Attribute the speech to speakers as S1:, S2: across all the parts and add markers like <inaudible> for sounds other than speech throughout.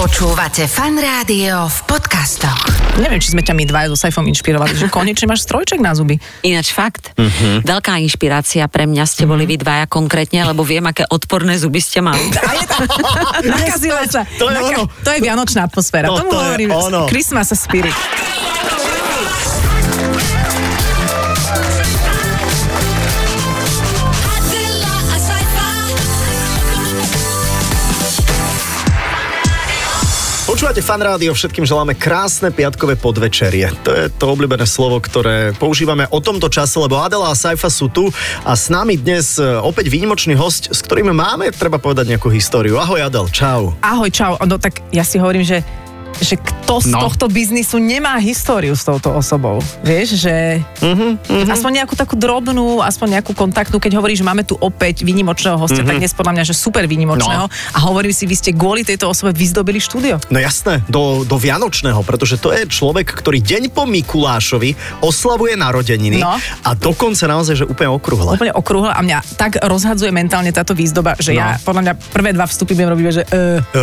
S1: Počúvate fan rádio v podcastoch.
S2: Neviem, či sme ťa my dvaja so Saifom inšpirovali, že konečne máš strojček na
S3: <laughs>
S2: zuby.
S4: Ináč fakt. Uh-huh.
S3: Mhm.
S4: Veľká inšpirácia pre mňa ste boli vy dvaja konkrétne, lebo viem, aké odporné zuby ste mali.
S2: Nakazila sa.
S3: to je
S2: Naka-
S3: ono.
S2: to je vianočná atmosféra.
S3: No,
S2: Tomu
S3: to je
S2: hovorím.
S3: ono.
S2: Christmas spirit.
S5: Adela, a sci-fi.
S3: Počúvate fan rádio, všetkým želáme krásne piatkové podvečerie. To je to obľúbené slovo, ktoré používame o tomto čase, lebo Adela a Saifa sú tu a s nami dnes e, opäť výnimočný host, s ktorým máme, treba povedať, nejakú históriu. Ahoj Adel, čau.
S2: Ahoj, čau. No tak ja si hovorím, že že kto z
S3: No.
S2: no. tohto biznisu nemá históriu s touto osobou. Vieš, že uh-huh,
S3: Mhm,
S2: uh-huh. aspoň nejakú takú drobnú, aspoň nejakú kontaktnú, keď hovoríš, že máme tu opäť výnimočného hostia, uh-huh. tak
S3: Mhm.
S2: dnes podľa mňa, že super výnimočného. No. A hovorím si, vy ste kvôli tejto osobe vyzdobili štúdio.
S3: No jasné, do, do Vianočného, pretože to je človek, ktorý deň po Mikulášovi oslavuje narodeniny
S2: No.
S3: a dokonca naozaj, že úplne okrúhle.
S2: úplne okrúhla a mňa tak rozhadzuje mentálne táto výzdoba, že no. ja podľa mňa prvé dva vstupy budem robiť, že uh,
S3: E,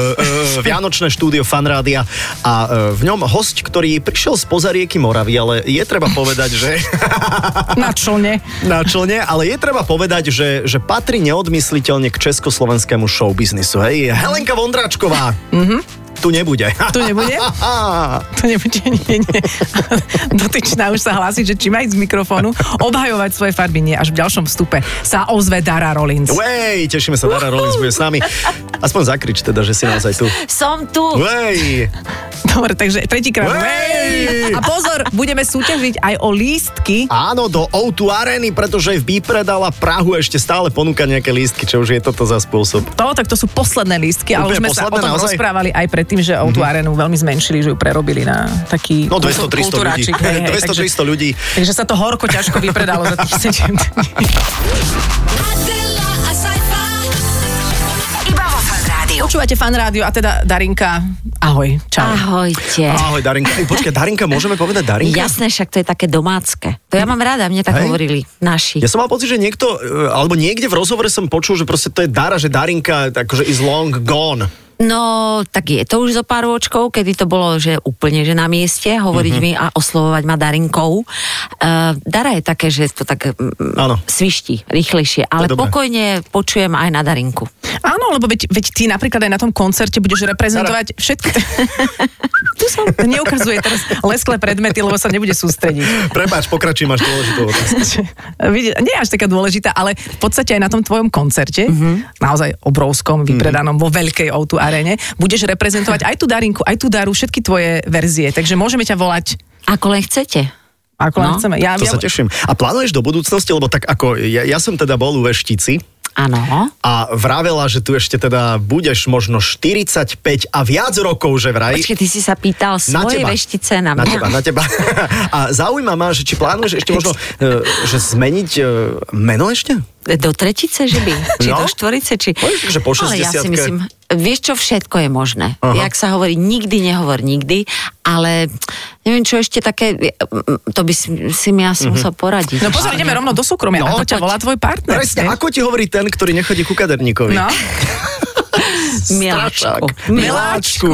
S3: e, Vianočné štúdio fanrádia a e, v ňom host, ktorý prišiel spoza rieky Moravy, ale je treba povedať, že
S2: na člne.
S3: na člne, ale je treba povedať, že, že patrí neodmysliteľne k československému showbiznisu. Hej, Helenka Vondráčková.
S4: Mhm.
S3: Mm-hmm. Tu
S4: <laughs>
S3: nebude.
S2: Tu nebude? To nebude, nie, nie. <laughs> Dotyčná už sa hlási, že či má ísť z mikrofónu, obhajovať svoje farby, nie, až v ďalšom vstupe sa ozve Dara Rollins.
S3: Uej, tešíme sa, Dara Rollins bude s nami. Aspoň zakrič teda, že si naozaj tu.
S4: Som tu.
S3: Uej,
S2: Dobre, takže tretíkrát.
S3: Uej!
S2: A pozor, budeme súťažiť aj o lístky.
S3: Áno, do O2 Areny, pretože v Bipredala Prahu ešte stále ponúka nejaké lístky, čo už je toto za spôsob.
S2: To, tak to sú posledné lístky, ale už sme
S3: Úplne
S2: sa o
S3: posledné,
S2: tom
S3: naozaj? Mhm.
S2: rozprávali aj predtým, že o tú arenu veľmi zmenšili, že ju prerobili na taký
S3: No 200-300 ľudí.
S2: kultúráčik,
S3: <laughs>
S2: hej, hej, takže-
S3: 200-300 ľudí.
S2: Takže sa to horko ťažko vypredalo za tých 7 dní.
S3: <laughs>
S5: Adela, a sci-fi.
S1: Iba vo fan rádiu.
S2: Počúvate fan rádio a teda Darinka, ahoj, čau.
S4: Ahojte.
S3: Ahoj, Darinka. Ej, Počkaj, Darinka, môžeme povedať Darinka?
S4: Jasné, však to je také domácke. To ja mám rada, mne tak
S3: Hej.
S4: hovorili naši.
S3: Ja som mal pocit, že niekto, e, alebo niekde v rozhovore som počul, že proste to je Dara, že Darinka akože is long gone.
S4: No, tak je to už zo pár ročkov, kedy to bolo, že úplne, že na mieste hovoriť
S3: Mhm.
S4: mi a oslovovať ma Darinkou. Uh, Dara je také, že to tak mm,
S3: Áno.
S4: svišti, rýchlejšie, ale
S3: dobré.
S4: pokojne počujem aj na Darinku.
S2: Áno, lebo veď, veď ty napríklad aj na tom koncerte budeš reprezentovať všetky... <laughs> tu sa neukazuje teraz lesklé predmety, lebo sa nebude sústrediť.
S3: Prepáč, pokračuj, máš dôležitú otázku.
S2: e, Vidí- Nie je až taká dôležitá, ale v podstate aj na tom tvojom koncerte,
S3: Mhm.
S2: mm-hmm. naozaj obrovskom, vypredanom vo veľkej O2 aréne, budeš reprezentovať aj tú Darinku, aj tú Daru, všetky tvoje verzie. Takže môžeme ťa volať
S4: Ako len chcete.
S2: ako len
S4: No,
S2: chceme. Ja,
S3: To
S2: ja,
S3: sa teším. A plánuješ do budúcnosti, lebo tak ako, ja, ja som teda bol u veštici
S4: Áno.
S3: a vravela, že tu ešte teda budeš možno 45 a viac rokov, že vraj.
S4: Počkej, ty si sa pýtal svoje veštice na
S3: na
S4: mňa.
S3: teba, na teba. <laughs> A zaujíma ma, že či plánuješ ešte možno, e, že zmeniť e, meno ešte?
S4: Do tretice, že by? Či
S3: No.
S4: do štvorice, či...
S3: Povieš, že po
S4: Ale ja si
S3: 60-ke.
S4: myslím, vieš čo, všetko je možné.
S3: Aha.
S4: Aha. Jak sa hovorí, nikdy nehovor nikdy, ale neviem, čo ešte také, to by si, si mi asi
S3: Mhm.
S4: musel poradiť.
S2: No pozor, ideme rovno do súkromia.
S3: No,
S2: No, ako ťa
S4: poď.
S2: volá tvoj partner?
S3: Presne,
S2: nie?
S3: ako ti hovorí ten, ktorý nechodí ku kaderníkovi?
S2: No,
S4: Miláčku.
S3: strašák.
S2: miláčku.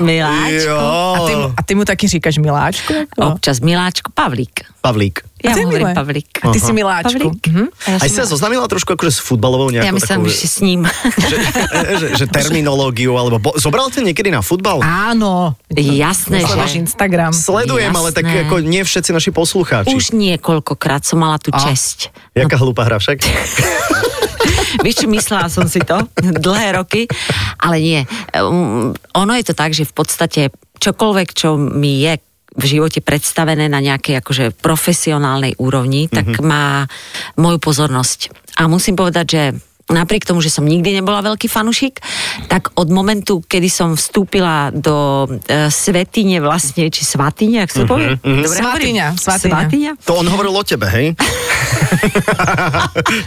S4: Miláčku.
S3: Jo.
S2: A ty, mu- a ty mu taký říkaš miláčku? No.
S4: Občas Miláčku. Pavlík.
S3: Pavlík.
S4: Ja
S2: to je
S4: mu hovorím
S2: milé.
S4: Pavlík.
S2: A
S3: Hm.
S2: ty si miláčku.
S4: Pavlík.
S2: Mhm.
S4: A ja
S3: Aj
S4: som-
S3: si sa zoznamila trošku akože s futbalovou nejakou
S4: Ja myslím,
S3: takou...
S4: že s ním. <laughs>
S3: že, e, že, že terminológiu, alebo bo, zobral ťa niekedy na futbal?
S2: Áno.
S4: Jasné,
S2: Sleduješ
S4: že...
S2: Instagram.
S3: Sledujem, ale tak
S4: jasné.
S3: ako nie všetci naši poslucháči.
S4: Už niekoľkokrát som mala tú česť.
S3: Jaká hlúpa hra však?
S4: Vieš, čo, myslela som si to dlhé roky, ale nie. Um, ono je to tak, že v podstate čokoľvek, čo mi je v živote predstavené na nejakej akože profesionálnej úrovni, tak mm-hmm. má moju pozornosť. A musím povedať, že napriek tomu, že som nikdy nebola veľký fanušik, tak od momentu, kedy som vstúpila do e, svetine vlastne, či svatine, ak sa povie? Mm-hmm.
S2: Svatyňa, svatyňa.
S4: svatyňa.
S3: To on hovoril o tebe,
S2: <laughs>
S3: hej?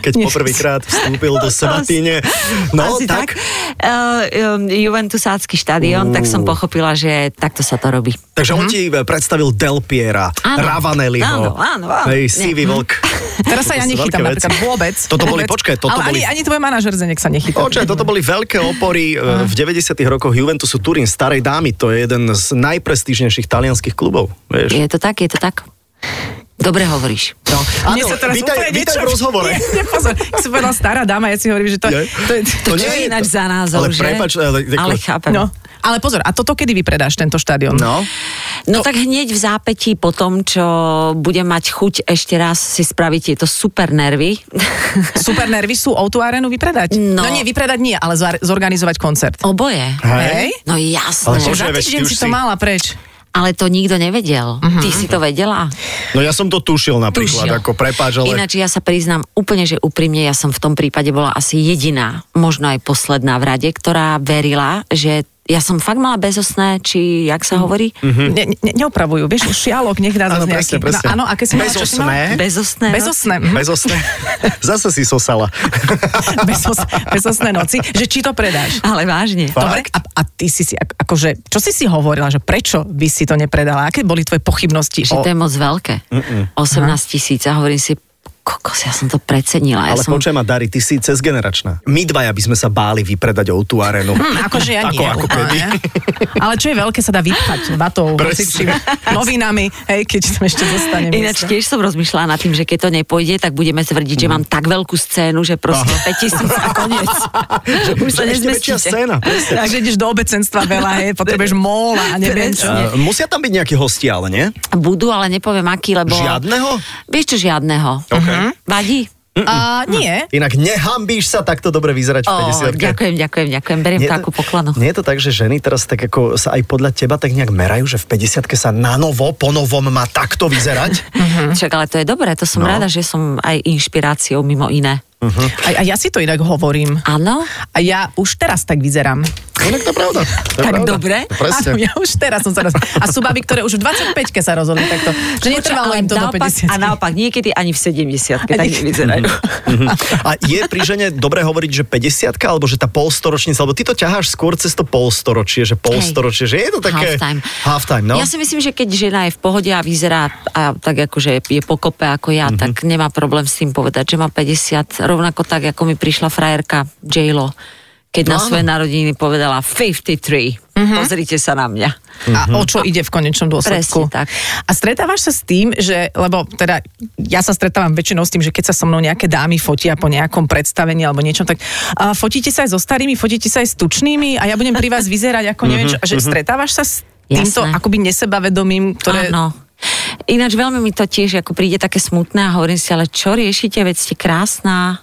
S3: Keď
S2: Nie.
S3: poprvýkrát vstúpil do Svatine. No,
S4: Asi tak.
S3: tak.
S4: Uh, Juventusácky štadión, tak som pochopila, že takto sa to robí.
S3: Takže
S2: Mhm.
S3: on ti eh, predstavil Del Piera,
S4: Áno.
S3: Ravanelliho.
S4: Áno, áno, áno.
S3: Hej,
S4: Nie.
S3: Sivý vlk.
S2: Mhm. Teraz sa ja
S3: To sú
S2: nechytám
S3: veľké
S2: napríklad
S3: veci.
S2: vôbec.
S3: Toto boli,
S2: vôbec.
S3: počkaj, toto
S2: ale
S3: boli
S2: ani, ani ani tvoj manažer Zenek sa
S3: <laughs>
S2: nechytá.
S3: Oče, toto boli veľké opory e, v 90. rokoch Juventusu Turín, starej dámy. To je jeden z najprestížnejších talianských klubov. Vieš.
S4: Je to tak, je to tak. Dobre hovoríš.
S3: No,
S2: Mne sa teraz
S3: vítaj,
S2: úplne
S3: vítaj
S2: niečo-
S3: v rozhovore.
S2: Nie, nie, pozor, ak som povedal stará dáma, ja si hovorím, že to,
S3: Je?
S2: to, je- to,
S3: To nie
S4: Čo
S3: je
S4: je
S3: to-
S4: ináč za názov,
S3: ale
S4: že?
S3: prepáč, ale-
S4: ale chápem.
S2: No, ale pozor, a toto kedy vypredáš tento štadión?
S3: No,
S4: No tak hneď v zápätí po tom, čo budem mať chuť ešte raz si spraviť tieto super nervy. <laughs>
S2: Super nervy sú o tú arénu vypredať?
S4: No.
S2: no nie, vypredať nie, ale zor- zorganizovať koncert.
S4: Oboje.
S3: Hej.
S4: No
S3: Ale
S4: jasné.
S3: čo,
S4: Ale,
S3: že
S2: Za
S3: veď
S2: týždeň
S3: ty už
S2: si to
S3: si-
S2: mala preč.
S4: to nikto nevedel. Uh-huh. Ty si to vedela?
S3: no ja som to tušil napríklad,
S4: Tušil.
S3: ako prepáč, ale...
S4: Ináč ja sa priznám úplne, že úprimne, ja som v tom prípade bola asi jediná, možno aj posledná v rade, ktorá verila, že ja som fakt mala bezosné, či jak
S3: Mm.
S4: sa hovorí?
S2: Ne, ne, neopravujú, vieš, šialok, nech dá
S3: Mhm. Áno,
S2: zase
S3: presne,
S2: nejaký.
S3: presne.
S2: No, áno, aké si mala, čo si mala?
S3: Bezosné.
S4: Bezosné.
S2: Bezosné.
S4: no?
S2: mhm.
S4: <laughs>
S3: Bezosné. Zase si sosala.
S2: <laughs> Bezos, bezosné noci, že či to predáš.
S4: Ale vážne.
S3: Fakt?
S2: Dobre, a, a ty si si, ak- akože, čo si si hovorila, že prečo by si to nepredala? Aké boli tvoje pochybnosti?
S4: Že to je moc veľké. 18 tisíc a hovorím si, kokos, ja som to precenila. Ja
S3: Ale
S4: som...
S3: počuj ma, Dari, ty si cezgeneračná. My dvaja by sme sa báli vypredať o tú arenu.
S2: Hm, akože
S3: <laughs>
S2: ja
S3: Ako-
S2: nie.
S3: ako
S2: úplne.
S3: kedy.
S2: <laughs> Ale čo je veľké, sa dá vypchať vatou,
S3: Presne.
S2: hocičím, novinami, hej, keď tam ešte no. zostane
S4: Ináč
S2: miesto.
S4: tiež som rozmýšľala nad tým, že keď to nepôjde, tak budeme tvrdiť,
S3: Mhm.
S4: že mám tak veľkú scénu, že proste 5000 a koniec. Už sa
S3: <laughs> Že ešte väčšia
S4: nezmestíte.
S3: scéna. presne.
S2: Takže ideš do obecenstva veľa, hej, potrebuješ móla a neviem čo.
S4: Presne.
S3: Uh, Musia tam byť nejakí hostia, ale nie?
S4: Budú, ale nepoviem aký, lebo...
S3: Žiadneho?
S4: Vieš čo, žiadneho. Mhm.
S3: Okay.
S4: Vadí?
S2: A nie,
S3: Inak nehambíš sa takto dobre vyzerať v
S4: Ó,
S3: 50
S4: ďakujem, ďakujem, ďakujem. Beriem to ako poklonu.
S3: nie je to tak, že ženy teraz tak ako sa aj podľa teba tak nejak merajú, že v 50 sa na novo, po novom má takto
S4: <laughs>
S3: vyzerať?
S4: Mhm. Však ale to je dobré, to som
S3: No.
S4: rada, že som aj inšpiráciou mimo iné.
S3: Uh-huh.
S2: a, a ja si to inak hovorím.
S4: Áno?
S2: A ja už teraz tak vyzerám.
S3: Inak to je pravda. To je
S4: Tak
S3: pravda.
S4: dobre.
S3: Presne.
S2: Áno, <laughs> ja už teraz som sa roz... A sú baby, ktoré už v 25-ke sa rozhodli takto. Že netrvalo
S4: Ale
S2: im to do
S4: naopak-
S2: 50
S4: A naopak, niekedy ani v 70 tak
S2: niekedy-
S4: nevyzerajú.
S3: Mhm. <laughs> A je pri žene dobre hovoriť, že 50 alebo že tá polstoročnica, alebo ty to ťaháš skôr cez to polstoročie, že polstoročie, že je to také...
S4: Halftime.
S3: Halftime, no.
S4: Ja si myslím, že keď žena je v pohode a vyzerá a tak ako, že je pokope ako ja,
S3: Mhm.
S4: mm-hmm. tak nemá problém s tým povedať, že má 50, rovnako tak, ako mi prišla frajerka J-Lo, keď no, na svoje narodiny povedala 53. Mm-hmm.
S3: Mhm.
S4: Pozrite sa na mňa.
S2: a o čo ide v konečnom dôsledku.
S4: Presne tak.
S2: A stretávaš sa s tým, že, lebo teda ja sa stretávam väčšinou s tým, že keď sa so mnou nejaké dámy fotia po nejakom predstavení alebo niečom, tak a fotíte sa aj so starými, fotíte sa aj s tučnými a ja budem pri vás vyzerať ako
S3: Mhm,
S2: neviem čo, že stretávaš sa s týmto
S4: Jasné.
S2: akoby nesebavedomím, ktoré...
S4: Áno. Ináč veľmi mi to tiež ako príde také smutné a hovorím si, ale čo riešite, veď ste krásna.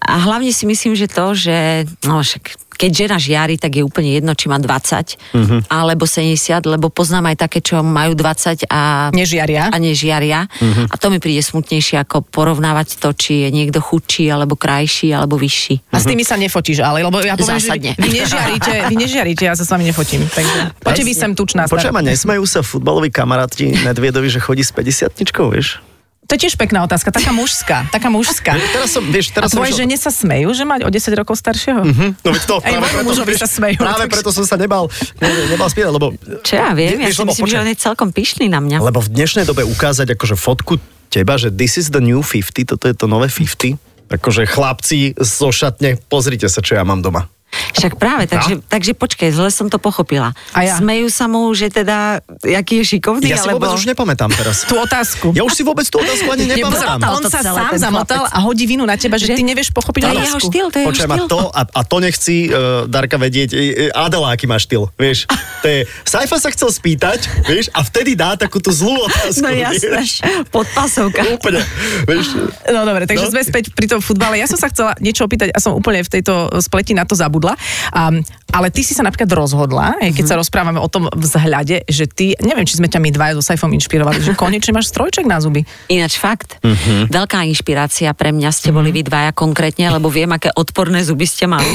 S4: A hlavne si myslím, že to, že no však keď žena žiari, tak je úplne jedno, či má 20 alebo 70, lebo poznám aj také, čo majú 20 a
S2: Nežiaria.
S4: A nežiaria. A to mi príde smutnejšie, ako porovnávať to, či je niekto chudší, alebo krajší, alebo vyšší.
S2: A
S3: Mhm.
S2: s tými sa nefotíš, ale lebo ja poviem, že
S4: Zásadne.
S2: vy- vy nežiaríte, vy nežiaríte, ja sa s vami nefotím. Takže poďte vy sem tučná. stará.
S3: Počujem, a nesmejú sa futbaloví kamaráti Nedviedovi, že chodí s 50-ničkou,
S4: <laughs>
S3: vieš?
S2: To je tiež pekná otázka, taká mužská, taká mužská.
S3: Teraz som, vieš,
S2: A
S3: teraz som
S2: tvoje
S3: išiel-
S2: žene sa smejú, že mať o 10 rokov staršieho?
S3: <laughs> No veď to,
S2: Aj môjmu mužovi
S3: vieš,
S2: sa smejú,
S3: práve
S2: takže-
S3: preto som sa nebal, ne, ne, nebal spýtať, lebo...
S4: Čo ja viem, ja si
S3: Vieš, lebo
S4: myslím, že
S3: počkaj.
S4: on je celkom pyšný na mňa.
S3: Lebo v dnešnej dobe ukázať akože fotku teba, že this is the new 50, toto je to nové 50, akože chlapci zo šatne, pozrite sa, čo ja mám doma.
S4: Však
S3: No.
S4: práve, takže, takže počkaj, zle som to pochopila.
S2: A ja?
S4: Smejú sa mu, že teda, aký je šikovný,
S3: Ja si
S4: alebo...
S3: vôbec už nepamätám teraz.
S2: Tú otázku.
S3: Ja už si vôbec tú otázku ani
S2: Nepozeral,
S3: nepamätám.
S4: Nepozeral.
S2: on
S4: to
S2: sa
S4: celé,
S2: sám
S4: ten
S2: zamotal
S4: chlapec.
S2: a hodí vinu na teba, že, ty nevieš pochopiť
S4: To je
S2: otázku.
S4: jeho štýl, to je jeho
S3: Počujem, a
S4: štýl.
S3: to, a, a to nechci uh, Darka vedieť. E, e, Adela, aký má štýl, vieš. To je, Saifa sa chcel spýtať, vieš, a vtedy dá takú tú zlú otázku,
S4: No jasné,
S3: vieš.
S4: podpasovka.
S3: Úplne, vieš.
S2: No dobre, takže
S3: No.
S2: no. sme späť pri tom futbale. Ja som sa chcela niečo opýtať a som úplne v tejto spleti na to zabudla. Um, ale ty si sa napríklad rozhodla, mm
S3: Mhm.
S2: keď sa rozprávame o tom vzhľade, že ty, neviem, či sme ťa my dvaja so Saifom inšpirovali, že konečne máš strojček na zuby.
S4: Ináč fakt,
S3: Mhm.
S4: veľká inšpirácia pre mňa ste boli
S2: Mhm.
S4: vy dvaja konkrétne, lebo viem, aké odporné zuby ste mali.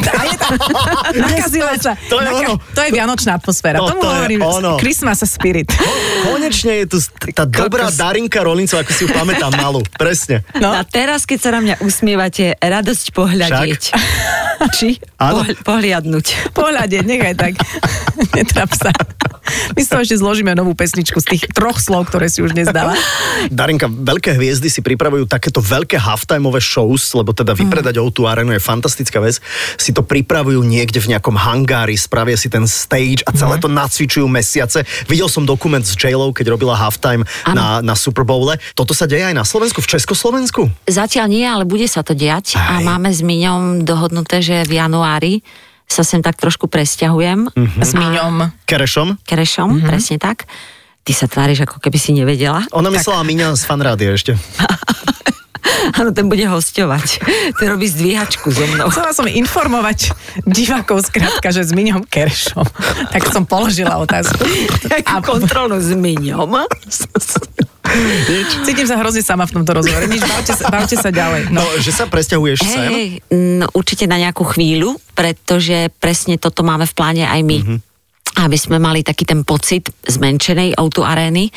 S2: <laughs> Nakazila sa.
S3: to je ono.
S2: to je vianočná atmosféra.
S3: No,
S2: Tomu
S3: to je
S2: hovorím,
S3: ono.
S2: Christmas
S3: <laughs>
S2: spirit.
S3: Konečne je tu tá dobrá Darinka Rolincová, ako si ju pamätám malú. Presne.
S4: No. A teraz, keď sa na mňa usmievate, radosť pohľadieť. Či
S3: Áno.
S4: pohľ- pohliadnúť.
S2: <laughs> pohľade, nechaj tak. Netrap sa. My z toho ešte zložíme novú pesničku z tých troch slov, ktoré si už nezdala.
S3: Darinka, veľké hviezdy si pripravujú takéto veľké halftimeové shows, lebo teda vypredať
S4: Mhm.
S3: mm. O2 Arenu je fantastická vec. Si to pripravujú niekde v nejakom hangári, spravia si ten stage a
S4: Mhm.
S3: celé to nacvičujú mesiace. Videl som dokument s j keď robila halftime na, na Super Bowle. Toto sa deje aj na Slovensku, v Československu?
S4: Zatiaľ nie, ale bude sa to diať a
S3: Aj.
S4: máme s Miňom dohodnuté, že v januári sa sem tak trošku presťahujem.
S3: Mhm.
S4: Mm-hmm.
S2: S Miňom.
S3: Kerešom?
S4: Kerešom,
S2: Mhm.
S4: mm-hmm. presne tak. Ty sa tváriš, ako keby si nevedela.
S3: Ona myslela Miňa z fanrádia ešte.
S4: <laughs> Áno, ten bude hosťovať. <laughs> Ten robí zdvíhačku so
S2: <laughs>
S4: mnou.
S2: Chcela som informovať divákov skrátka, že s Miňom Keršom. Tak som položila otázku.
S4: A kontrolu s Miňom.
S2: Cítim sa hrozne sama v tomto rozhovore. Nič, bavte sa, bavte sa ďalej.
S3: No,
S2: No.
S3: že sa presťahuješ
S4: Hej,
S3: sem?
S4: hej, no, určite na nejakú chvíľu, pretože presne toto máme v pláne aj my. Aby sme mali taký ten pocit zmenšenej auto arény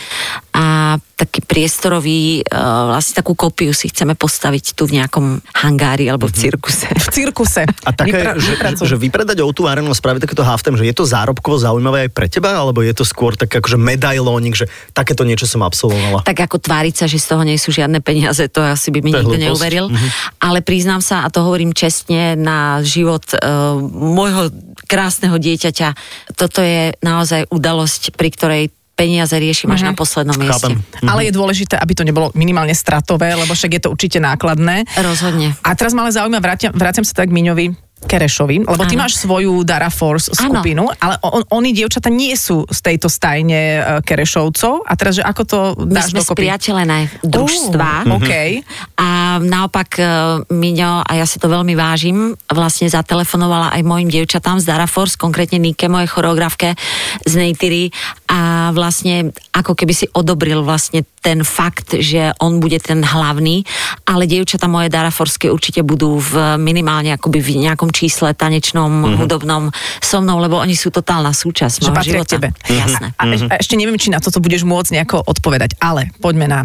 S4: a taký priestorový, e, vlastne takú kopiu si chceme postaviť tu v nejakom hangári alebo v cirkuse.
S2: V cirkuse.
S3: A také,
S2: Vypra-
S3: že,
S2: vypracuj.
S3: že vypredať o tú arenu a spraviť takéto halftime, že je to zárobkovo zaujímavé aj pre teba, alebo je to skôr tak akože medailónik, že takéto niečo som absolvovala.
S4: tak ako tváriť sa, že z toho nie sú žiadne peniaze, to asi by mi nikto
S3: To je hlúposť. Mhm.
S4: neuveril. Ale priznám sa, a to hovorím čestne, na život e, môjho krásneho dieťaťa, toto je naozaj udalosť, pri ktorej peniaze riešim
S2: Mhm.
S4: až na poslednom mieste.
S3: Chápem.
S2: Ale je dôležité, aby to nebolo minimálne stratové, lebo však je to určite nákladné.
S4: Rozhodne.
S2: A teraz ma ale zaujíma, vráťam, vráťam sa tak k Miňovi Kerešovi, lebo ty
S4: Áno.
S2: máš svoju Dara Force
S4: Áno.
S2: skupinu, ale on, oni, dievčata, nie sú z tejto stajne e, Kerešovcov. A teraz, že ako to
S4: My
S2: dáš
S4: sme
S2: dokopy?
S4: spriateľené družstva.
S2: Uh, OK.
S4: A naopak e, Miňo, a ja si to veľmi vážim, vlastne zatelefonovala aj mojim dievčatám z Dara Force, konkrétne Nike, mojej choreografke z Neytiri a vlastne ako keby si odobril vlastne ten fakt, že on bude ten hlavný, ale dievčata moje Dara Force určite budú v minimálne akoby v nejakom čísle tanečnom, hudobnom so mnou, lebo oni sú totálna súčasť
S2: Že
S4: môjho
S2: patria k
S4: No, života.
S2: tebe. Mhm.
S4: Jasné.
S2: A, eš- a ešte neviem, či na toto budeš môcť nejako odpovedať, ale poďme na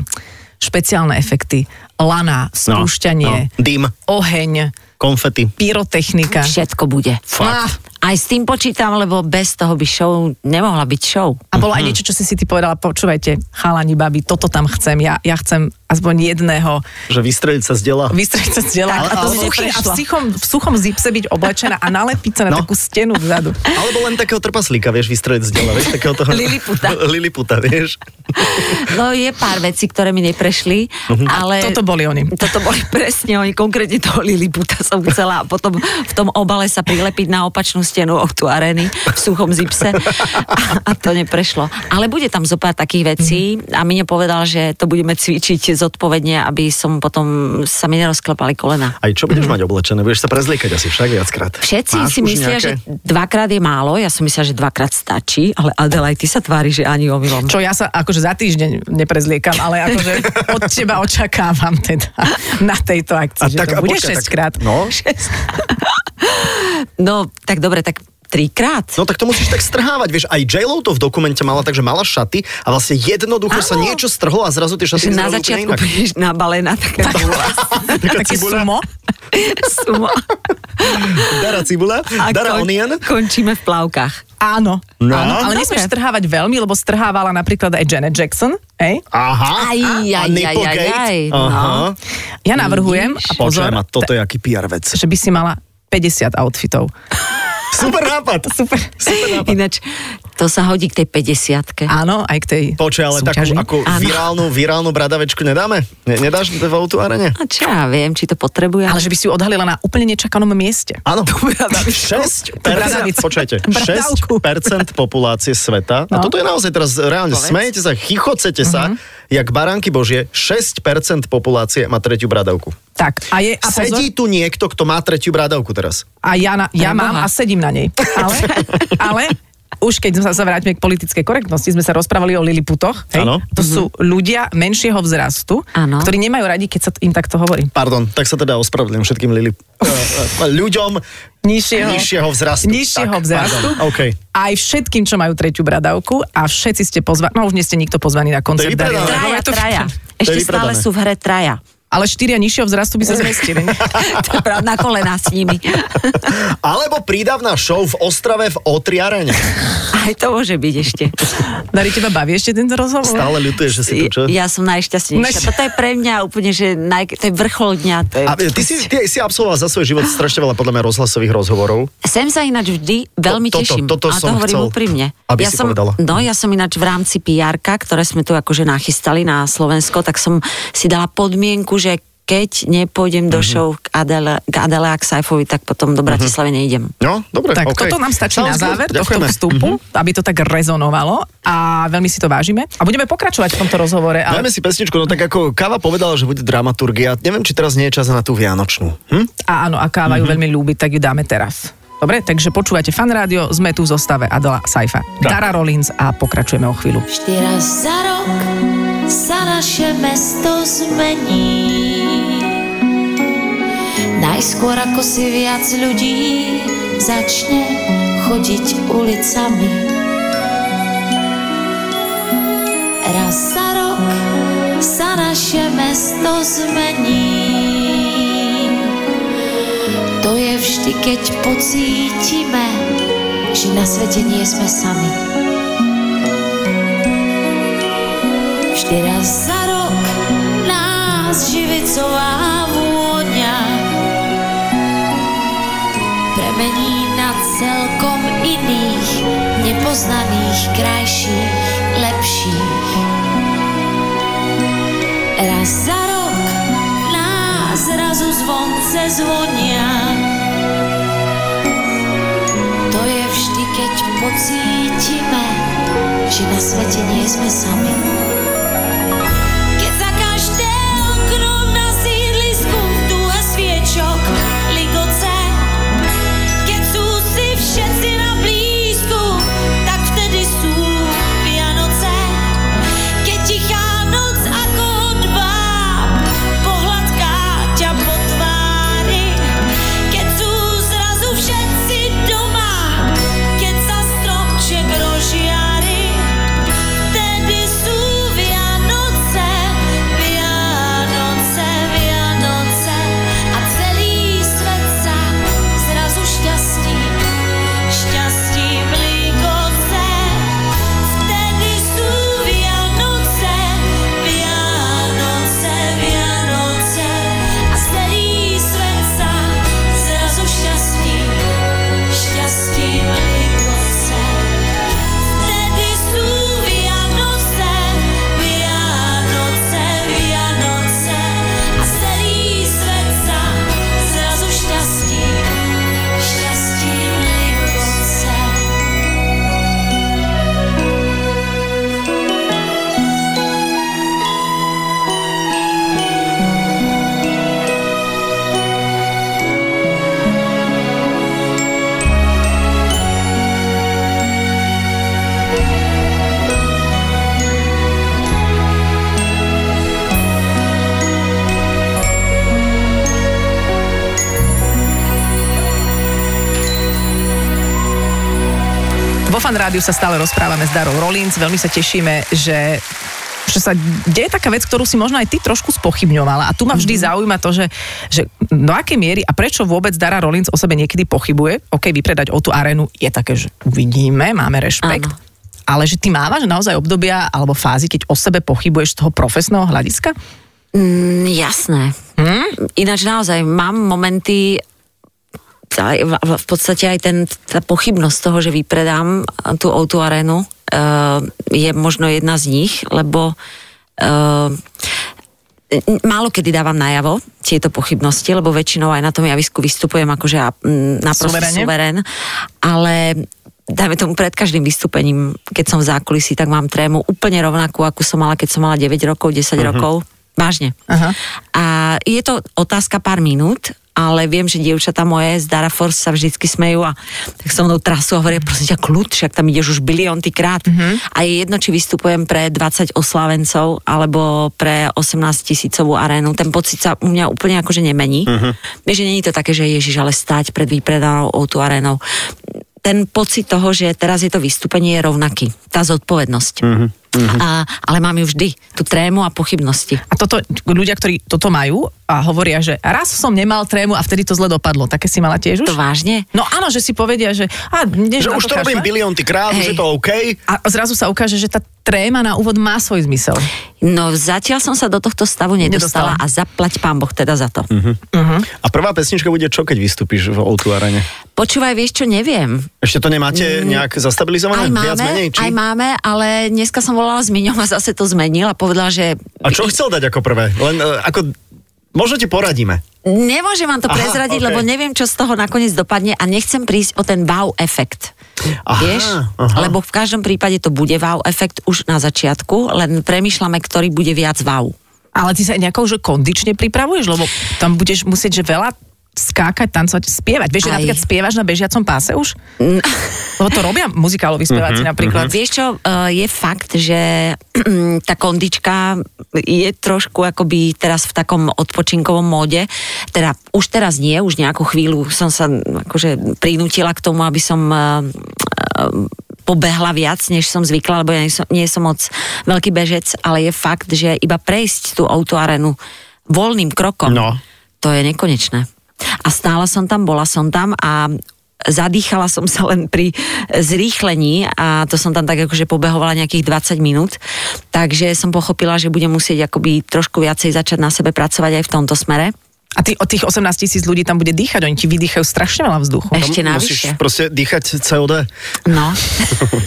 S2: špeciálne efekty. Lana, spúšťanie,
S3: no. Dym,
S2: oheň,
S3: konfety.
S2: pyrotechnika.
S4: Všetko bude.
S2: Fakt.
S4: Aj s tým počítam, lebo bez toho by show nemohla byť show.
S2: A bolo
S3: Mhm.
S2: aj niečo, čo si si ty povedala, počúvajte, chalani, babi, toto tam chcem, ja, ja chcem aspoň jedného
S3: Že vystreliť sa z dela.
S2: vystrieť sa z dela
S4: Tak,
S2: a, to v,
S4: ale-
S2: suchý, a v,
S4: neprešla.
S2: suchom, v suchom zipse byť oblečená a nalepiť sa na
S3: No.
S2: no. takú stenu vzadu.
S3: Alebo len takého trpaslíka, vieš, vystreliť z dela, vieš, takého toho...
S4: <laughs> Liliputa.
S3: <laughs> Liliputa, vieš.
S4: No je pár vecí, ktoré mi neprešli,
S3: Mhm.
S4: ale...
S2: Toto boli oni.
S4: Toto boli <laughs> presne oni, konkrétne toho Liliputa som chcela a potom v tom obale sa prilepiť na opačnú stenu o tú arény v suchom zipse a, a to neprešlo. Ale bude tam zo pár takých vecí a mi nepovedal, že to budeme cvičiť zodpovedne, aby som potom sa mi nerozklepali kolena.
S3: Aj čo budeš mať oblečené? Budeš sa prezliekať asi však viackrát.
S4: Mhm. Všetci
S3: Máš
S4: si
S3: už
S4: myslia, že
S3: nejaké?
S4: dvakrát je málo, ja som myslela, že dvakrát stačí, ale Adela, aj ty sa tvári, že ani omylom.
S2: Čo ja sa akože za týždeň neprezliekam, ale akože od teba očakávam teda na tejto akcii, že to bude
S3: počkaj, tak-
S2: 6 krát.
S3: No,
S4: No, tak dobre, tak trikrát.
S3: No tak to musíš tak strhávať, vieš, aj j to v dokumente mala, takže mala šaty a vlastne jednoducho sa
S4: Áno.
S3: niečo strhlo a zrazu tie
S4: Že
S3: šaty
S4: na
S3: vyzerajú úplne
S4: začiatku
S3: inak.
S4: budeš nabalená taká
S3: Taká
S2: Také
S3: cibuľa.
S2: sumo.
S4: <laughs> suma.
S3: <laughs> Dara cibula,
S4: A
S3: Dara
S4: kon-
S3: onion.
S4: končíme v plavkách.
S2: Áno.
S3: No.
S2: áno ale
S4: Dobre.
S2: nesmieš strhávať veľmi, lebo strhávala napríklad aj Janet Jackson. Hej?
S3: Aha.
S4: Aj,
S3: a
S4: aj, aj, aj,
S3: Nipplegate.
S4: aj.
S3: Aha.
S4: No.
S2: Ja navrhujem, a pozor,
S3: Počujem, a toto je aký PR vec.
S2: že by si mala 50 outfitov.
S3: <laughs> Super nápad.
S2: Super.
S4: Ináč, to sa hodí k tej 50
S2: Áno, aj k tej
S3: Počuj, ale takú
S2: súťaži.
S3: ako
S4: Áno.
S3: virálnu, virálnu bradavečku nedáme? Ne, nedáš v autu arene?
S4: A čo ja viem, či to potrebujem.
S2: Ale že by si ju odhalila na úplne nečakanom mieste.
S3: Áno. <laughs>
S2: bradavičku. Tú
S3: 6%,
S2: bradavicu.
S3: počujte,
S2: Bradavku.
S3: 6% populácie sveta, a
S2: No. Mhm.
S3: toto je naozaj teraz reálne,
S4: Povedz.
S3: smejete sa, chichocete sa, jak baránky božie, 6% populácie má tretiu bradavku.
S2: Tak, a je, a pozor,
S3: Sedí tu niekto, kto má tretiu bradavku teraz.
S2: a ja, na, ja
S4: Preboha.
S2: mám a sedím na nej. Ale, ale už keď sa, sa vrátime k politickej korektnosti, sme sa rozprávali o Liliputoch. Hej?
S3: Áno.
S2: To sú ľudia menšieho vzrastu,
S4: Áno.
S2: ktorí nemajú radi, keď sa t- im takto hovorí.
S3: Pardon, tak sa teda ospravedlňujem všetkým Lili, eh, <laughs> eh, ľuďom
S2: Nižšieho,
S3: nižšieho vzrastu.
S2: Nižšieho
S3: Tak,
S2: vzrastu.
S3: pardon, OK.
S2: Aj všetkým, čo majú tretiu bradavku a všetci ste pozvaní, no už nie ste nikto pozvaný na koncert.
S3: vypredané.
S2: Dariela.
S4: Traja,
S2: Je to-
S4: traja.
S3: je
S4: Ešte
S3: vypredané. <laughs>
S4: stále sú v hre traja.
S2: Ale štyria nižšieho vzrastu by <laughs> sa zmestili. nie?
S4: to je pravda, na kolena s
S2: <laughs>
S4: nimi. <laughs>
S3: <laughs> Alebo prídavná show v Ostrave v
S2: <laughs>
S3: Otriarene.
S4: Aj to môže byť ešte.
S2: Dari, teba baví ešte ten rozhovor?
S3: Stále ľutuješ, že si tu čo?
S4: Ja som najšťastnejšia.
S2: Najšť-
S4: Toto je pre mňa úplne, že naj... to je vrchol dňa. To je...
S3: A ty si, ty si absolvoval za svoj život strašne veľa podľa mňa rozhlasových rozhovorov.
S4: Sem sa ináč vždy veľmi
S3: toto-
S4: teším.
S3: toto
S4: a to
S3: som
S4: hovorím
S3: chcel,
S4: úprimne.
S3: aby
S4: ja
S3: si
S4: som,
S3: povedala.
S4: No, ja som ináč v rámci pr ktoré sme tu akože nachystali na Slovensko, tak som si dala podmienku, že keď nepôjdem
S3: Mhm.
S4: do show k Adele, k Adele a k Saifovi, tak potom do Bratislavy nejdem.
S3: No, dobre,
S2: Tak
S3: okay.
S2: okay. toto nám stačí na
S3: Sounds good,
S2: záver tohto
S3: ďakujeme. Mhm.
S2: vstupu, aby to tak rezonovalo a veľmi si to vážime. A budeme pokračovať v tomto rozhovore. Ale...
S3: Dajme si pesničku, no tak ako Káva povedala, že bude dramaturgia, neviem, či teraz nie je čas na tú Vianočnú. Hm?
S2: A áno, a káva ju veľmi ľúbi, tak ju dáme teraz. Dobre, takže počúvate Fan Rádio, sme tu v zostave Adela Saifa, Dara Rollins a pokračujeme o chvíľu.
S6: Vždy raz za rok sa naše mesto zmení. Najskôr ako si viac ľudí začne chodiť ulicami. Raz za rok sa naše mesto zmení. To je vždy, keď pocítime, že na svete nie sme sami. Vždy raz za rok nás živicová vôňa premení na celkom iných, nepoznaných, krajších, lepších. Raz za rok nás zrazu zvonce zvonia. To je vždy, keď pocítime, že na svete nie sme sami. Keď za každé okno na sídlisku duha sviečok ligoce. Keď sú si všetci na blízku, tak vtedy sú Vianoce. Keď tichá noc ako hudba pohľadká ťa po tvári. Keď sú zrazu všetci doma, keď sa stromček rozžiari. Vtedy sú Vianoce, Vianoce, Vianoce a celý svet sa zrazu šťastí, šťastí blíkoce. Vtedy sú Vianoce, Vianoce, Vianoce a celý svet sa zrazu šťastí, šťastí blíkoce. Vtedy sú Vianoce, Vianoce, Vianoce a celý svet sa zrazu šťastí, šťastí Vianoce.
S2: Vo Fan Rádiu sa stále rozprávame s Darou Rollins, veľmi sa tešíme, že že sa deje taká vec, ktorú si možno aj ty trošku spochybňovala. A tu ma vždy zaujíma to, že, že do akej miery a prečo vôbec Dara Rollins o sebe niekedy pochybuje. OK, vypredať o tú arénu je také, že uvidíme, máme rešpekt.
S4: Áno.
S2: Ale že ty mávaš naozaj obdobia alebo fázy, keď o sebe pochybuješ z toho profesného hľadiska?
S4: Mm, jasné. Hmm? Ináč naozaj mám momenty, aj v- v v podstate aj ten, tá pochybnosť toho, že vypredám eh, tú O2 arénu, eh, je možno jedna z nich, lebo eh, n- málo kedy dávam najavo tieto pochybnosti, lebo väčšinou aj na tom javisku vystupujem akože a- m, naprosto
S2: Suverene?
S4: suverén, ale dajme tomu pred každým vystúpením, keď som v zákulisí, tak mám trému úplne rovnakú, akú som mala, keď som mala 9 rokov, 10 rokov. Vážne.
S2: Aha.
S4: A je to otázka pár minút, ale viem, že dievčatá moje z Dara Force sa vždycky smejú a tak so mnou trasú a hovoria, prosím ťa, kľud, však tam ideš už bilionty krát. A je jedno, či vystupujem pre 20 oslávencov alebo pre 18 tisícovú arénu. Ten pocit sa u mňa úplne akože nemení. Vieš, že není to také, že ježiš, ale stať pred vypredanou o tú arénou. Ten pocit toho, že teraz je to vystúpenie je rovnaký. Tá zodpovednosť. a, ale mám ju vždy, tú trému a pochybnosti.
S2: A toto, ľudia, ktorí toto majú a hovoria, že raz som nemal trému a vtedy to zle dopadlo. Také si mala tiež už?
S4: To vážne?
S2: No áno, že si povedia, že... A, dnes
S3: Že
S2: na
S3: už to
S2: kašľať.
S3: robím biliónty krát, už
S4: Hej.
S3: je to OK.
S2: A zrazu sa ukáže, že tá tréma na úvod má svoj zmysel.
S4: No zatiaľ som sa do tohto stavu nedostala,
S2: Nedostala.
S4: a zaplať pán Boh teda za to.
S3: A prvá pesnička bude čo, keď vystúpiš v O2 Arene?
S4: Počúvaj, vieš čo, neviem.
S3: Ešte to nemáte nejak zastabilizované?
S4: Aj
S3: Viac
S4: máme,
S3: menej, či?
S4: aj máme, ale dneska som volala s Miňom a zase to zmenil a povedal, že...
S3: A čo chcel dať ako prvé? Len e, ako... Možno ti poradíme.
S4: Nemôžem vám to
S3: Aha,
S4: prezradiť,
S3: ok.
S4: lebo neviem, čo z toho nakoniec dopadne a nechcem prísť o ten wow efekt.
S3: Aha,
S4: Vieš?
S3: aha.
S4: Lebo v každom prípade to bude wow efekt už na začiatku, len premýšľame, ktorý bude viac wow.
S2: Ale ty sa aj nejako že kondične pripravuješ, lebo tam budeš musieť, že veľa skákať, tancovať, spievať. Vieš, že
S4: Aj.
S2: napríklad spievaš na bežiacom páse už? Lebo to robia muzikáloví speváci napríklad.
S4: Vieš čo, eh, je fakt, že <clears throat> tá kondička je trošku akoby teraz v takom odpočinkovom móde. Teda už teraz nie, už nejakú chvíľu som sa akože prinútila k tomu, aby som eh, eh, pobehla viac, než som zvykla, lebo ja nie som, nie som moc veľký bežec, ale je fakt, že iba prejsť tú autoarenu voľným krokom,
S3: No.
S4: to je nekonečné. A stále som tam, bola som tam a zadýchala som sa len pri zrýchlení a to som tam tak akože pobehovala nejakých 20 minút, takže som pochopila, že budem musieť akoby trošku viacej začať na sebe pracovať aj v tomto smere.
S2: A ty, od tých 18 tisíc ľudí tam bude dýchať, oni ti vydýchajú strašne veľa vzduchu.
S4: Ešte
S3: Musíš
S4: navyše.
S3: proste dýchať COD.
S4: No. <laughs>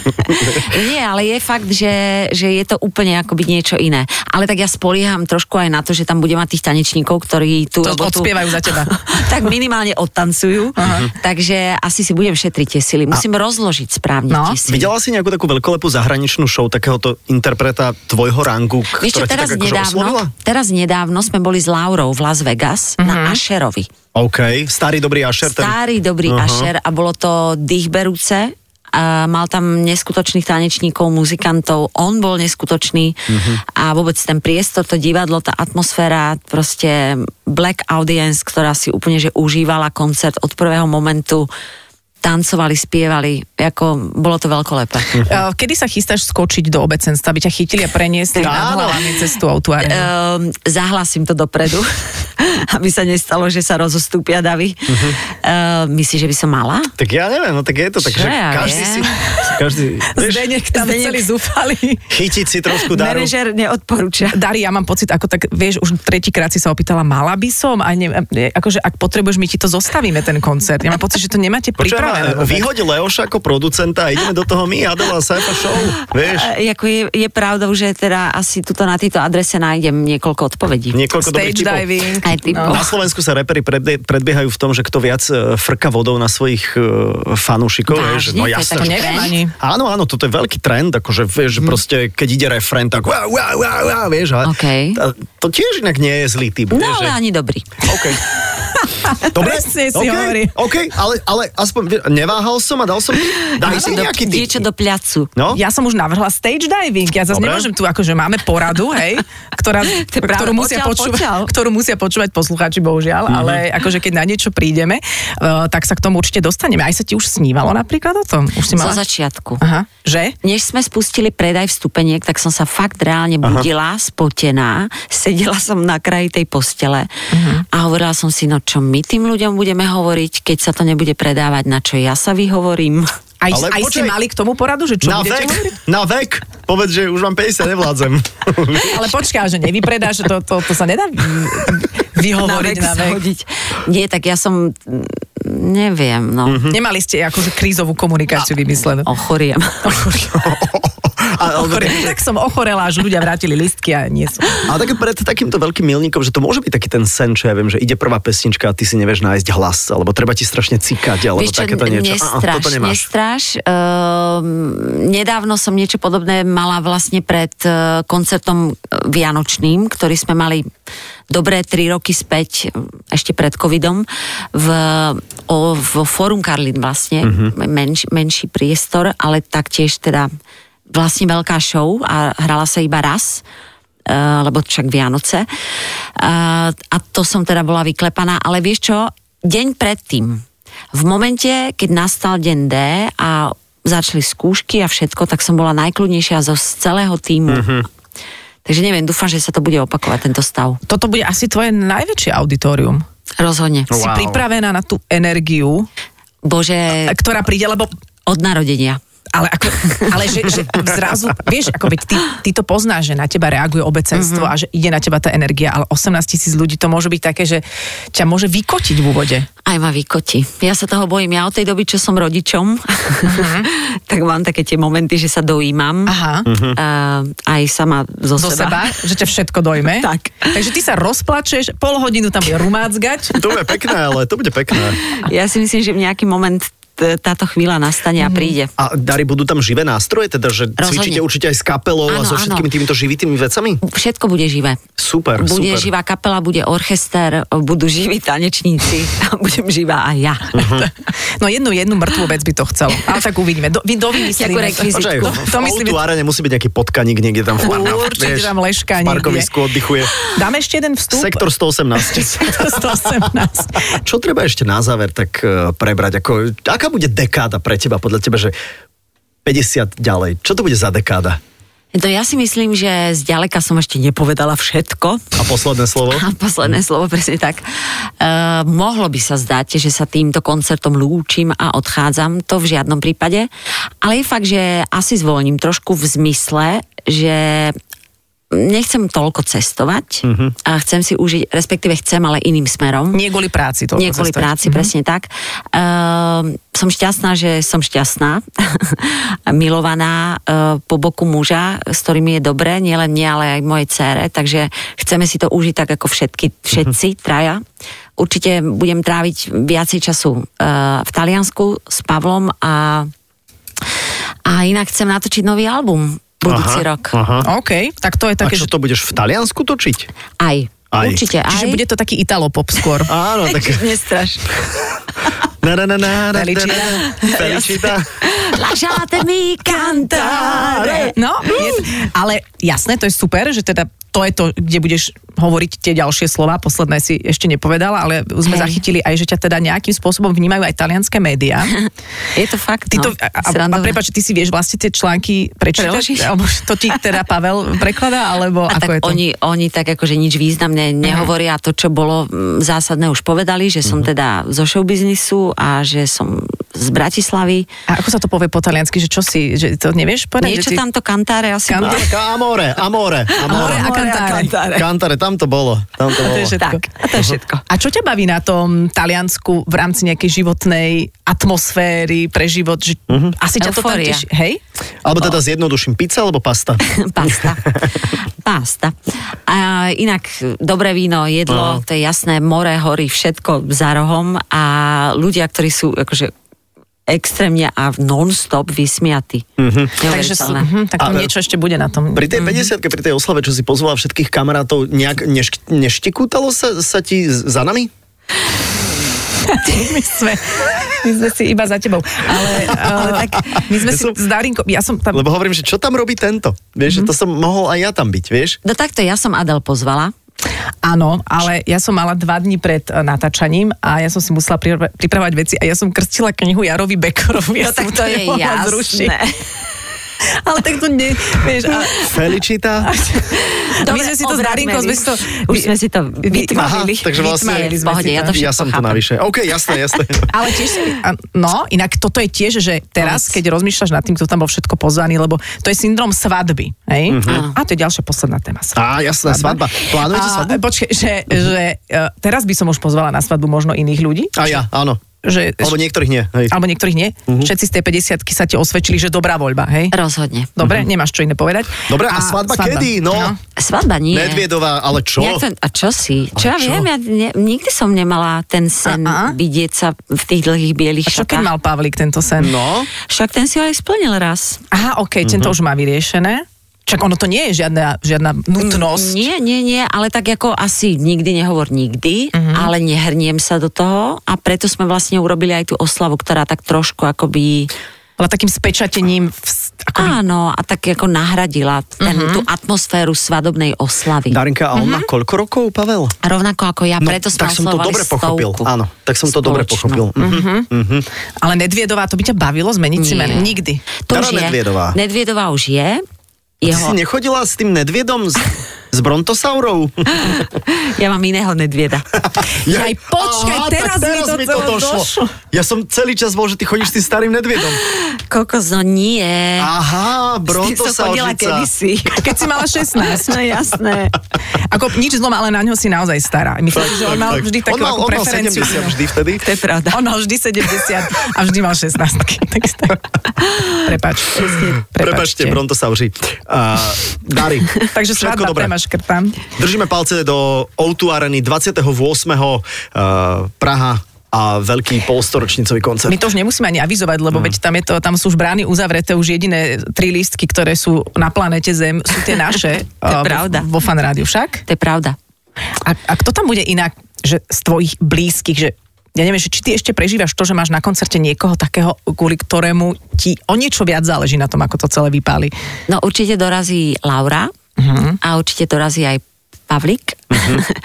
S4: Nie, ale je fakt, že, že je to úplne akoby niečo iné. Ale tak ja spolieham trošku aj na to, že tam bude mať tých tanečníkov, ktorí tú
S2: To
S4: robotu...
S2: odspievajú za teba.
S4: <laughs> tak minimálne odtancujú. Takže asi si budem šetriť tie sily. Musím rozložiť správne
S2: No.
S4: tie sily.
S3: Videla si nejakú takú veľkolepú zahraničnú show takéhoto interpreta tvojho rangu, ktorá
S4: Vieš čo,
S3: ti
S4: teraz
S3: tak akože oslovila?
S4: nedávno, teraz nedávno sme boli s Laurou v Las Vegas na
S2: Mhm.
S4: Asherovi.
S3: OK, starý dobrý Asher. ten-
S4: Starý dobrý
S3: Aha.
S4: uh-huh. Asher a bolo to dýchberúce. A mal tam neskutočných tanečníkov, muzikantov, on bol neskutočný a vôbec ten priestor, to divadlo, tá atmosféra, proste black audience, ktorá si úplne že užívala koncert od prvého momentu, tancovali, spievali, ako bolo to veľkolepé.
S2: <laughs> Uh, Kedy sa chystáš skočiť do obecenstva, aby ťa chytili a preniesli nad
S3: Áno.
S2: hlavami cez tú autuárnu?
S4: Ehm, zahlasím to dopredu, <laughs> aby sa nestalo, že sa rozostúpia davy. Ehm, myslíš, že by som mala?
S3: Tak ja neviem, no tak je to tak,
S4: Čo
S3: že
S4: ja
S3: každý
S4: viem?
S3: si...
S4: <laughs>
S3: Každý, vieš,
S2: Zdenek tam
S4: Zdeněk.
S2: celý zúfali.
S3: chytiť si trošku daru.
S4: Manažer neodporúča.
S2: Dari, ja mám pocit, ako tak, vieš, už tretíkrát si sa opýtala, mala by som? A ne, e, akože, ak potrebuješ, my ti to zostavíme, ten koncert. Ja mám pocit, že to nemáte
S3: Počujem,
S2: pripravené.
S3: a
S2: vôbec.
S3: vyhodil eh, Leoša ako producenta a ideme do toho my, Adela, Saifa Show, vieš,
S4: E, Jako je, je pravdou, že teda asi tuto na tejto adrese nájdem niekoľko odpovedí.
S3: niekoľko dobrých
S2: Stage
S3: tipov.
S2: diving. no.
S4: Aj typov.
S3: Na Slovensku sa reperi predbie- predbiehajú v tom, že kto viac e, frka vodou na svojich e, fanúšikov, vieš,
S4: Vážne?
S3: no
S4: To je
S2: To
S3: jasné,
S4: taký
S3: že
S2: neviem
S4: Trend?
S2: ani.
S3: Áno, áno, toto je veľký trend, akože vieš, že proste, keď ide refrén, tak wow, wow, wow, wow, vieš, a
S4: Okej.
S3: a to tiež inak nie je zlý typ,
S4: No
S3: vieš, že...
S4: ale ani dobrý.
S3: OK. Dobre,
S2: Presne si
S3: OK,
S2: hovorí.
S3: OK, ale, ale aspoň vieš, neváhal som a dal som, daj si
S4: do,
S3: nejaký
S4: niečo
S3: typ.
S4: do pľacu.
S3: No,
S2: Ja som už navrhla stage diving. Ja zase
S3: Dobre.
S2: nemôžem tu, akože máme poradu, hej,
S4: <laughs>
S2: ktorá,
S4: je pravda,
S2: ktorú, musia
S4: poďal,
S2: počúvať,
S4: poďal.
S2: ktorú musia počúvať poslucháči, bohužiaľ,
S3: Mhm.
S2: mm-hmm. ale akože keď na niečo prídeme, uh, tak sa k tomu určite dostaneme. Aj sa ti už snívalo napríklad o tom? Už si
S3: No,
S4: Zo
S2: mala...
S4: začiatku.
S2: Aha, že?
S4: Než sme spustili predaj vstupeniek, tak som sa fakt reálne budila, spotená, sedela som na kraji tej postele
S3: Mhm.
S4: a hovorila som si, no čo my tým ľuďom budeme hovoriť, keď sa to nebude predávať, na čo ja sa vyhovorím.
S2: Aj,
S3: Ale
S2: aj ste
S3: počkaj.
S2: mali k tomu poradu, že čo
S3: na
S2: budete
S3: vek,
S2: hovoriť?
S3: na vek, povedz, že už mám 50, nevládzem.
S2: Ale počkaj, že nevypredáš, že to, to, to sa nedá vy- vyhovoriť na
S4: sa
S2: vek.
S4: hodiť. Nie, tak ja som, mm, neviem, no,
S3: Mhm.
S2: Nemali ste akože krízovú komunikáciu vymyslenú.
S4: ochoriem.
S3: a, ale,
S2: Ochore- Tak som ochorela, až ľudia vrátili listky a nie som.
S3: ale také pred takýmto veľkým milníkom, že to môže byť taký ten sen, čo ja viem, že ide prvá pesnička a ty si nevieš nájsť hlas, alebo treba ti strašne cikať, alebo
S4: Vieš čo,
S3: takéto niečo. Á, á,
S4: Nestráš,
S3: toto nemáš.
S4: nestráš. Ehm, nedávno som niečo podobné mala vlastne pred eh, koncertom eh, Vianočným, ktorý sme mali dobré tri roky späť, hm, ešte pred covidom, v, o, v Forum Karlin vlastne,
S3: Mhm.
S4: menš, menší priestor, ale taktiež teda vlastne veľká show a hrala sa iba raz eh, lebo však Vianoce. A, a to som teda bola vyklepaná, ale vieš čo, deň predtým, v momente, keď nastal deň D a začali skúšky a všetko, tak som bola najkľudnejšia zo z celého týmu. Mm-hmm. Takže neviem, dúfam, že sa to bude opakovať, tento stav.
S2: Toto bude asi tvoje najväčšie auditorium.
S4: Rozhodne.
S2: Si
S3: Wow.
S2: pripravená na tú energiu,
S4: Bože,
S2: ktorá príde, lebo
S4: od narodenia.
S2: ale, ako, ale že, že zrazu, vieš, ako byť, ty, ty to poznáš, že na teba reaguje obecenstvo mm-hmm. a že ide na teba tá energia, ale 18 tisíc ľudí to môže byť také, že ťa môže vykotiť v úvode.
S4: Aj ma vykoti. Ja sa toho bojím. Ja od tej doby, čo som rodičom, Mhm. <laughs> tak mám také tie momenty, že sa dojímam.
S2: Aha.
S4: Uh, aj sama zo,
S2: Do seba, že ťa všetko dojme.
S4: <laughs> Tak.
S2: Takže ty sa rozplačeš, pol hodinu tam bude rumácgať.
S3: To bude pekné, ale to bude pekné.
S4: Ja si myslím, že v nejaký moment t- táto chvíľa nastane a príde.
S3: A Dari, budú tam živé nástroje, teda, že
S4: Rozhodne.
S3: cvičíte určite aj s kapelou a
S4: Áno,
S3: so všetkými
S4: áno.
S3: týmito živitými vecami?
S4: Všetko bude živé.
S3: Super,
S4: Bude
S3: super.
S4: živá kapela, bude orchester, budú živí tanečníci a budem živá aj ja.
S3: Mhm.
S2: <laughs> No jednu, jednu mŕtvú vec by to chcelo. Ale tak uvidíme. Do, vy dovymyslíme.
S4: Jakú rekvizitku.
S3: Počkaj,
S2: To, to myslím,
S3: v arene musí byť nejaký potkaník niekde tam v Barna,
S2: Určite tam ležka niekde.
S3: V parkovisku oddychuje.
S2: dáme ešte jeden vstup.
S3: Sektor 118.
S2: 118.
S3: Čo treba ešte na záver tak eh, prebrať? Ako, aká bude dekáda pre teba? Podľa teba, že 50 ďalej. Čo to bude za dekáda?
S4: No ja si myslím, že zďaleka som ešte nepovedala všetko.
S3: A posledné slovo?
S4: A <laughs> posledné slovo, presne tak. Uh, mohlo by sa zdať, že sa týmto koncertom lúčim a odchádzam, to v žiadnom prípade. Ale je fakt, že asi zvolním trošku v zmysle, že nechcem toľko cestovať a chcem si užiť, respektíve chcem, ale iným smerom.
S2: <laughs> Nie kvôli práci to.
S4: Nie kvôli práci,
S2: Mhm.
S4: mm-hmm. presne tak. Uh, som šťastná, že som šťastná, <laughs> milovaná uh, po boku muža, s ktorým je dobré, nielen mne, ale aj mojej cére, takže chceme si to užiť tak ako všetky, všetci, mm-hmm. traja. Určite budem tráviť viacej času uh, v Taliansku s Pavlom a, a inak chcem natočiť nový album budúci rok.
S3: Aha.
S2: OK, tak to je
S3: A
S2: také,
S3: čo
S2: že,
S3: to budeš v Taliansku točiť?
S4: Aj.
S3: Aj.
S4: Určite aj.
S2: čiže bude to taký italopop skôr.
S3: Áno, tak...
S4: <laughs> Nestraš.
S3: <laughs> Na, na, na, na, na, na,
S2: Felicita.
S3: na, na. Felicita.
S4: <laughs> Lasciate mi cantare.
S2: No, je, ale jasné, to je super, že teda to je to, kde budeš hovoriť tie ďalšie slova, posledné si ešte nepovedala, ale sme
S4: Hej.
S2: zachytili aj, že ťa teda nejakým spôsobom vnímajú aj talianské
S4: <laughs>
S2: médiá.
S4: Je to fakt,
S2: Ty
S4: no.
S2: to, a, a, a
S4: Srandovné.
S2: prepáč, ty si vieš vlastne tie články prečítať?
S4: Preložiť?
S2: Alebo <laughs> to ti teda Pavel prekladá, alebo
S4: a
S2: ako
S4: tak
S2: je to? Mhm.
S4: Oni, oni tak akože nič významné nehovoria. To, čo bolo mm, zásadné, už povedali, že
S2: Mhm.
S4: som teda zo showbiznisu a že som z Bratislavy.
S2: A ako sa to povie po taliansky, že čo si, že to nevieš povedať? že
S4: Niečo
S2: si...
S4: tam to kantáre asi
S2: Kan-
S4: bolo. No,
S3: Ka- Amore, amore,
S2: Amore
S3: amore.
S2: a cantare.
S3: Kantare, tam to bolo. Tam
S2: To
S3: to bolo.
S2: je všetko.
S4: Tak, a to je všetko.
S2: A čo ťa baví na tom Taliansku v rámci nejakej životnej atmosféry pre život? Že Asi ťa to tam
S4: Eufória.
S2: tiež, hej?
S3: Alebo teda zjednoduším, pizza alebo pasta?
S4: Pasta. Pasta. A inak dobré víno, jedlo,
S3: No.
S4: to je jasné, more, hory, všetko za rohom a ľudia, ktorí sú akože extrémne a non-stop vysmiatí. Mm-hmm.
S2: Takže sú, mhm, tak tam
S3: Ale-
S2: niečo ešte bude na tom.
S3: Pri tej 50 pri tej oslave, čo si pozvala všetkých kamarátov, nejak neš- neštikútalo sa, sa ti z- za nami?
S2: <laughs> my, sme, my sme si iba za tebou.
S3: <laughs>
S2: Ale, ale tak, my sme
S3: Ja
S2: si
S3: som-
S2: s Darinkom, ja som tam...
S3: Lebo hovorím, že čo tam robí tento? Vieš, mm-hmm. že
S2: Mhm.
S3: to som mohol aj ja tam byť, vieš?
S4: No takto, ja som Adel pozvala.
S2: Áno, ale ja som mala dva dní pred e, natáčaním a ja som si musela pri- pripravať veci a ja som krstila knihu Jarovi Bekorovi. Ja
S4: No tak
S2: som
S4: to je
S2: nemohla
S4: <laughs>
S2: zrušiť.
S4: jasné.
S2: Ale tak to nie, vieš, ale... <laughs>
S3: Felicita.
S2: my sme si to s Darinkom, sme si to...
S4: Už sme si to
S3: Aha,
S4: vytmavili.
S3: takže vlastne...
S4: Vytmavili
S2: sme
S4: Pohode,
S2: si
S4: ja
S2: to.
S4: to všetko
S3: ja som tu
S4: chápem.
S3: navyše. OK, jasné, jasné.
S2: Ale tiež si, a- no, inak toto je tiež, že teraz,
S4: Povedz.
S2: keď rozmýšľaš nad tým, kto tam bol všetko pozvaný, lebo to je syndrom svadby, hej?
S3: Mhm.
S2: A to je ďalšia posledná téma. svadba.
S3: Á, jasná svadba. Plánujete
S2: A,
S3: svadbu?
S2: Počkej, že, že e, teraz by som už pozvala na svadbu možno iných ľudí.
S3: A ja, áno.
S2: Že,
S3: Alebo niektorých nie. Hej.
S2: alebo niektorých nie.
S3: Mhm.
S2: Všetci z tej 50 sa ti osvedčili, že dobrá voľba, hej?
S4: Rozhodne.
S2: Dobre, nemáš čo iné povedať.
S3: Mhm. Dobre, a svadba kedy? No.
S4: Svadba nie.
S3: Nedviedová, ale čo?
S4: Nejak To, a čo si? Čo ja
S3: čo?
S4: viem, ja ne, nikdy som nemala ten sen
S2: A, a?
S4: vidieť sa v tých dlhých bielých
S2: A čo keď
S4: šatách.
S2: mal Pavlik tento sen?
S3: No,
S4: Však ten si ho aj splnil raz.
S2: Aha,
S3: Mhm.
S2: OK, tento už má vyriešené. Čak ono to nie je žiadna, žiadna nutnosť.
S4: Nie, nie, nie, ale tak ako asi nikdy nehovor nikdy,
S3: Mhm.
S4: mm-hmm. ale nehrniem sa do toho a preto sme vlastne urobili aj tú oslavu, ktorá tak trošku akoby...
S2: Ale takým spečatením v,
S4: Ako Áno, a tak ako nahradila ten,
S3: Mhm.
S4: uh-huh. tú atmosféru svadobnej
S2: Mhm.
S4: oslavy.
S3: Darinka, a on má koľko rokov, Pavel?
S4: Rovnako ako ja, preto sme
S3: No, tak som to
S4: oslavovali
S3: dobre pochopil.
S4: stovku.
S3: Áno, tak som to dobre
S4: spoločnú.
S3: pochopil. Mhm.
S2: Ale Nedviedová, to by ťa bavilo zmeniť si
S4: Nie.
S2: meno? Nikdy.
S4: To
S3: Dara
S4: už je.
S3: Nedviedová.
S4: Nedviedová už je.
S3: Ty si <laughs>
S4: Jeho,
S3: nechodila s tým nedviedom z, z brontosaurov?
S4: ja mám iného nedvieda.
S2: Jaj, počkaj,
S3: Aha,
S2: teraz
S3: tak
S2: mi
S3: teraz
S2: to
S3: mi to
S2: celé
S3: došlo.
S2: došlo.
S3: Ja som celý čas bol, že ty chodíš s tým starým nedviedom.
S4: Kokos, no nie. <laughs> S
S3: Aha,
S4: tým som chodila
S3: brontosaurčica.
S4: kedysi.
S2: Keď si mala 16.
S4: No jasné.
S2: Ako nič zlom, ale na ňo si naozaj stará. Myslím, si, že on mal vždy
S3: on
S2: takú
S3: mal,
S2: ako
S3: on mal
S2: preferenciu.
S3: 70 vždy vtedy.
S4: To je pravda.
S2: On mal vždy 70 a vždy mal 16. <laughs> Tak si tak- Prepač.
S3: Prepačte, brontosauri. Uh, Darik,
S2: Takže
S3: všetko
S2: svadba,
S3: dobré.
S2: prema škrtám.
S3: Držíme palce do O2 Areny 28. Uh, Praha a veľký polstoročnicový koncert.
S2: My to už nemusíme ani avizovať, lebo
S3: Mm.
S2: veď tam, je to, tam sú už brány uzavreté, už jediné tri lístky, ktoré sú na planete Zem, sú tie naše.
S4: <laughs> To je
S2: eh,
S4: pravda.
S2: Vo, vo fan rádiu však.
S4: To je pravda.
S2: A, a kto tam bude inak, že z tvojich blízkych, že ja neviem, že či ty ešte prežívaš to, že máš na koncerte niekoho takého, kvôli ktorému ti o niečo viac záleží na tom, ako to celé vypáli.
S4: No určite dorazí Laura a určite dorazí aj Pavlik <laughs>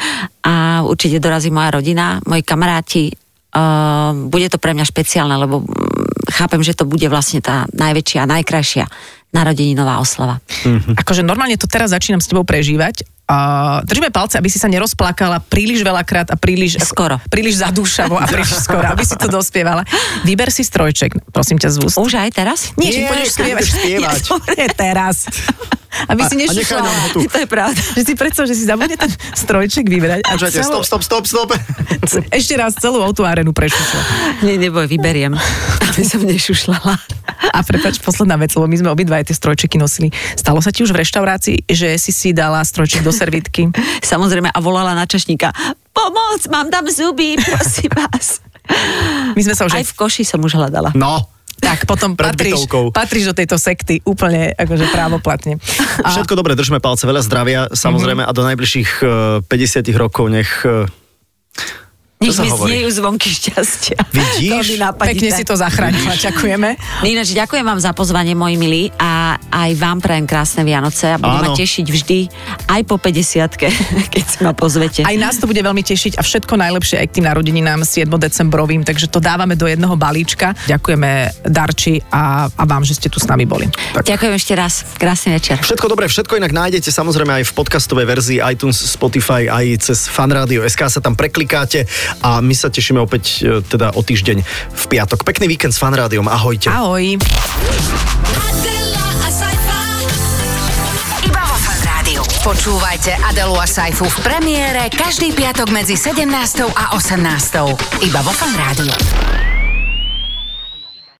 S4: a určite dorazí moja rodina, moji kamaráti. Uh, bude to pre mňa špeciálne, lebo mm, chápem, že to bude vlastne tá najväčšia, najkrajšia narodeninová oslava.
S3: Mhm.
S2: Akože normálne to teraz začínam s tebou prežívať. A držíme palce, aby si sa nerozplakala príliš veľakrát a príliš...
S4: Skoro.
S2: Príliš zadúšavo a príliš skoro, aby si to dospievala. Vyber si strojček, prosím ťa z úst.
S4: Už aj teraz?
S2: Nie, že
S3: Nie,
S2: pôjdeš
S3: keď
S2: spievať.
S3: budeš
S2: Ja,
S3: spievať.
S2: dobre,
S3: <laughs>
S2: teraz. Aby si
S3: A- a nechaj
S2: nešišla.
S3: nám
S4: <laughs>
S3: ho tu.
S4: To je pravda.
S2: Že si predstav, že si zabude ten strojček vybrať a
S3: Počujete,
S2: celú,
S3: stop, stop, stop, stop. <laughs>
S2: c- ešte raz celú o tú arenu prešušla.
S4: Nie, neboj, vyberiem, <laughs> aby som nešušľala.
S2: A prepač, posledná vec, lebo my sme obidva aj tie strojčeky nosili. Stalo sa ti už v reštaurácii, že si si dala strojček do servitky?
S4: Samozrejme, a volala na čašníka, pomoc, mám tam zuby, prosím vás.
S2: My sme sa už
S4: Aj v koši som už hľadala.
S3: No,
S2: Tak, potom
S3: Pred
S2: patríš,
S3: bytovkou.
S2: patríš do tejto sekty úplne akože právoplatne. A
S3: všetko dobre, držme palce, veľa zdravia, samozrejme, a do najbližších eh, 50 rokov nech... eh,
S4: Nech
S3: sa
S4: mi
S3: hovorí?
S4: znejú zvonky šťastia.
S3: <laughs> Vidíš?
S4: To mi napadne.
S2: pekne si to zachránila, ďakujeme.
S4: Ináč, ďakujem vám za pozvanie, moji milí, a aj vám prajem krásne Vianoce a budem ma
S3: Áno.
S4: tešiť vždy, aj po 50 <laughs> keď si ma pozvete.
S2: Aj nás to bude veľmi tešiť a všetko najlepšie aj k tým narodeninám 7. decembrovým, takže to dávame do jedného balíčka. Ďakujeme Darči a, a vám, že ste tu s nami boli.
S4: Ďakujem ešte raz. Krásny večer.
S3: Všetko dobré, všetko inak nájdete samozrejme aj v podcastovej verzii iTunes, Spotify, aj cez fanrádio SK sa tam preklikáte a my sa tešíme opäť eh, teda o týždeň v piatok. Pekný víkend s fanrádiom, ahojte.
S2: Ahoj.
S5: Adela, a sci-fi.
S1: Iba vo Fan Rádiu. Počúvajte Adelu a Saifu v premiére každý piatok medzi 17. a 18. Iba vo Fan Rádiu.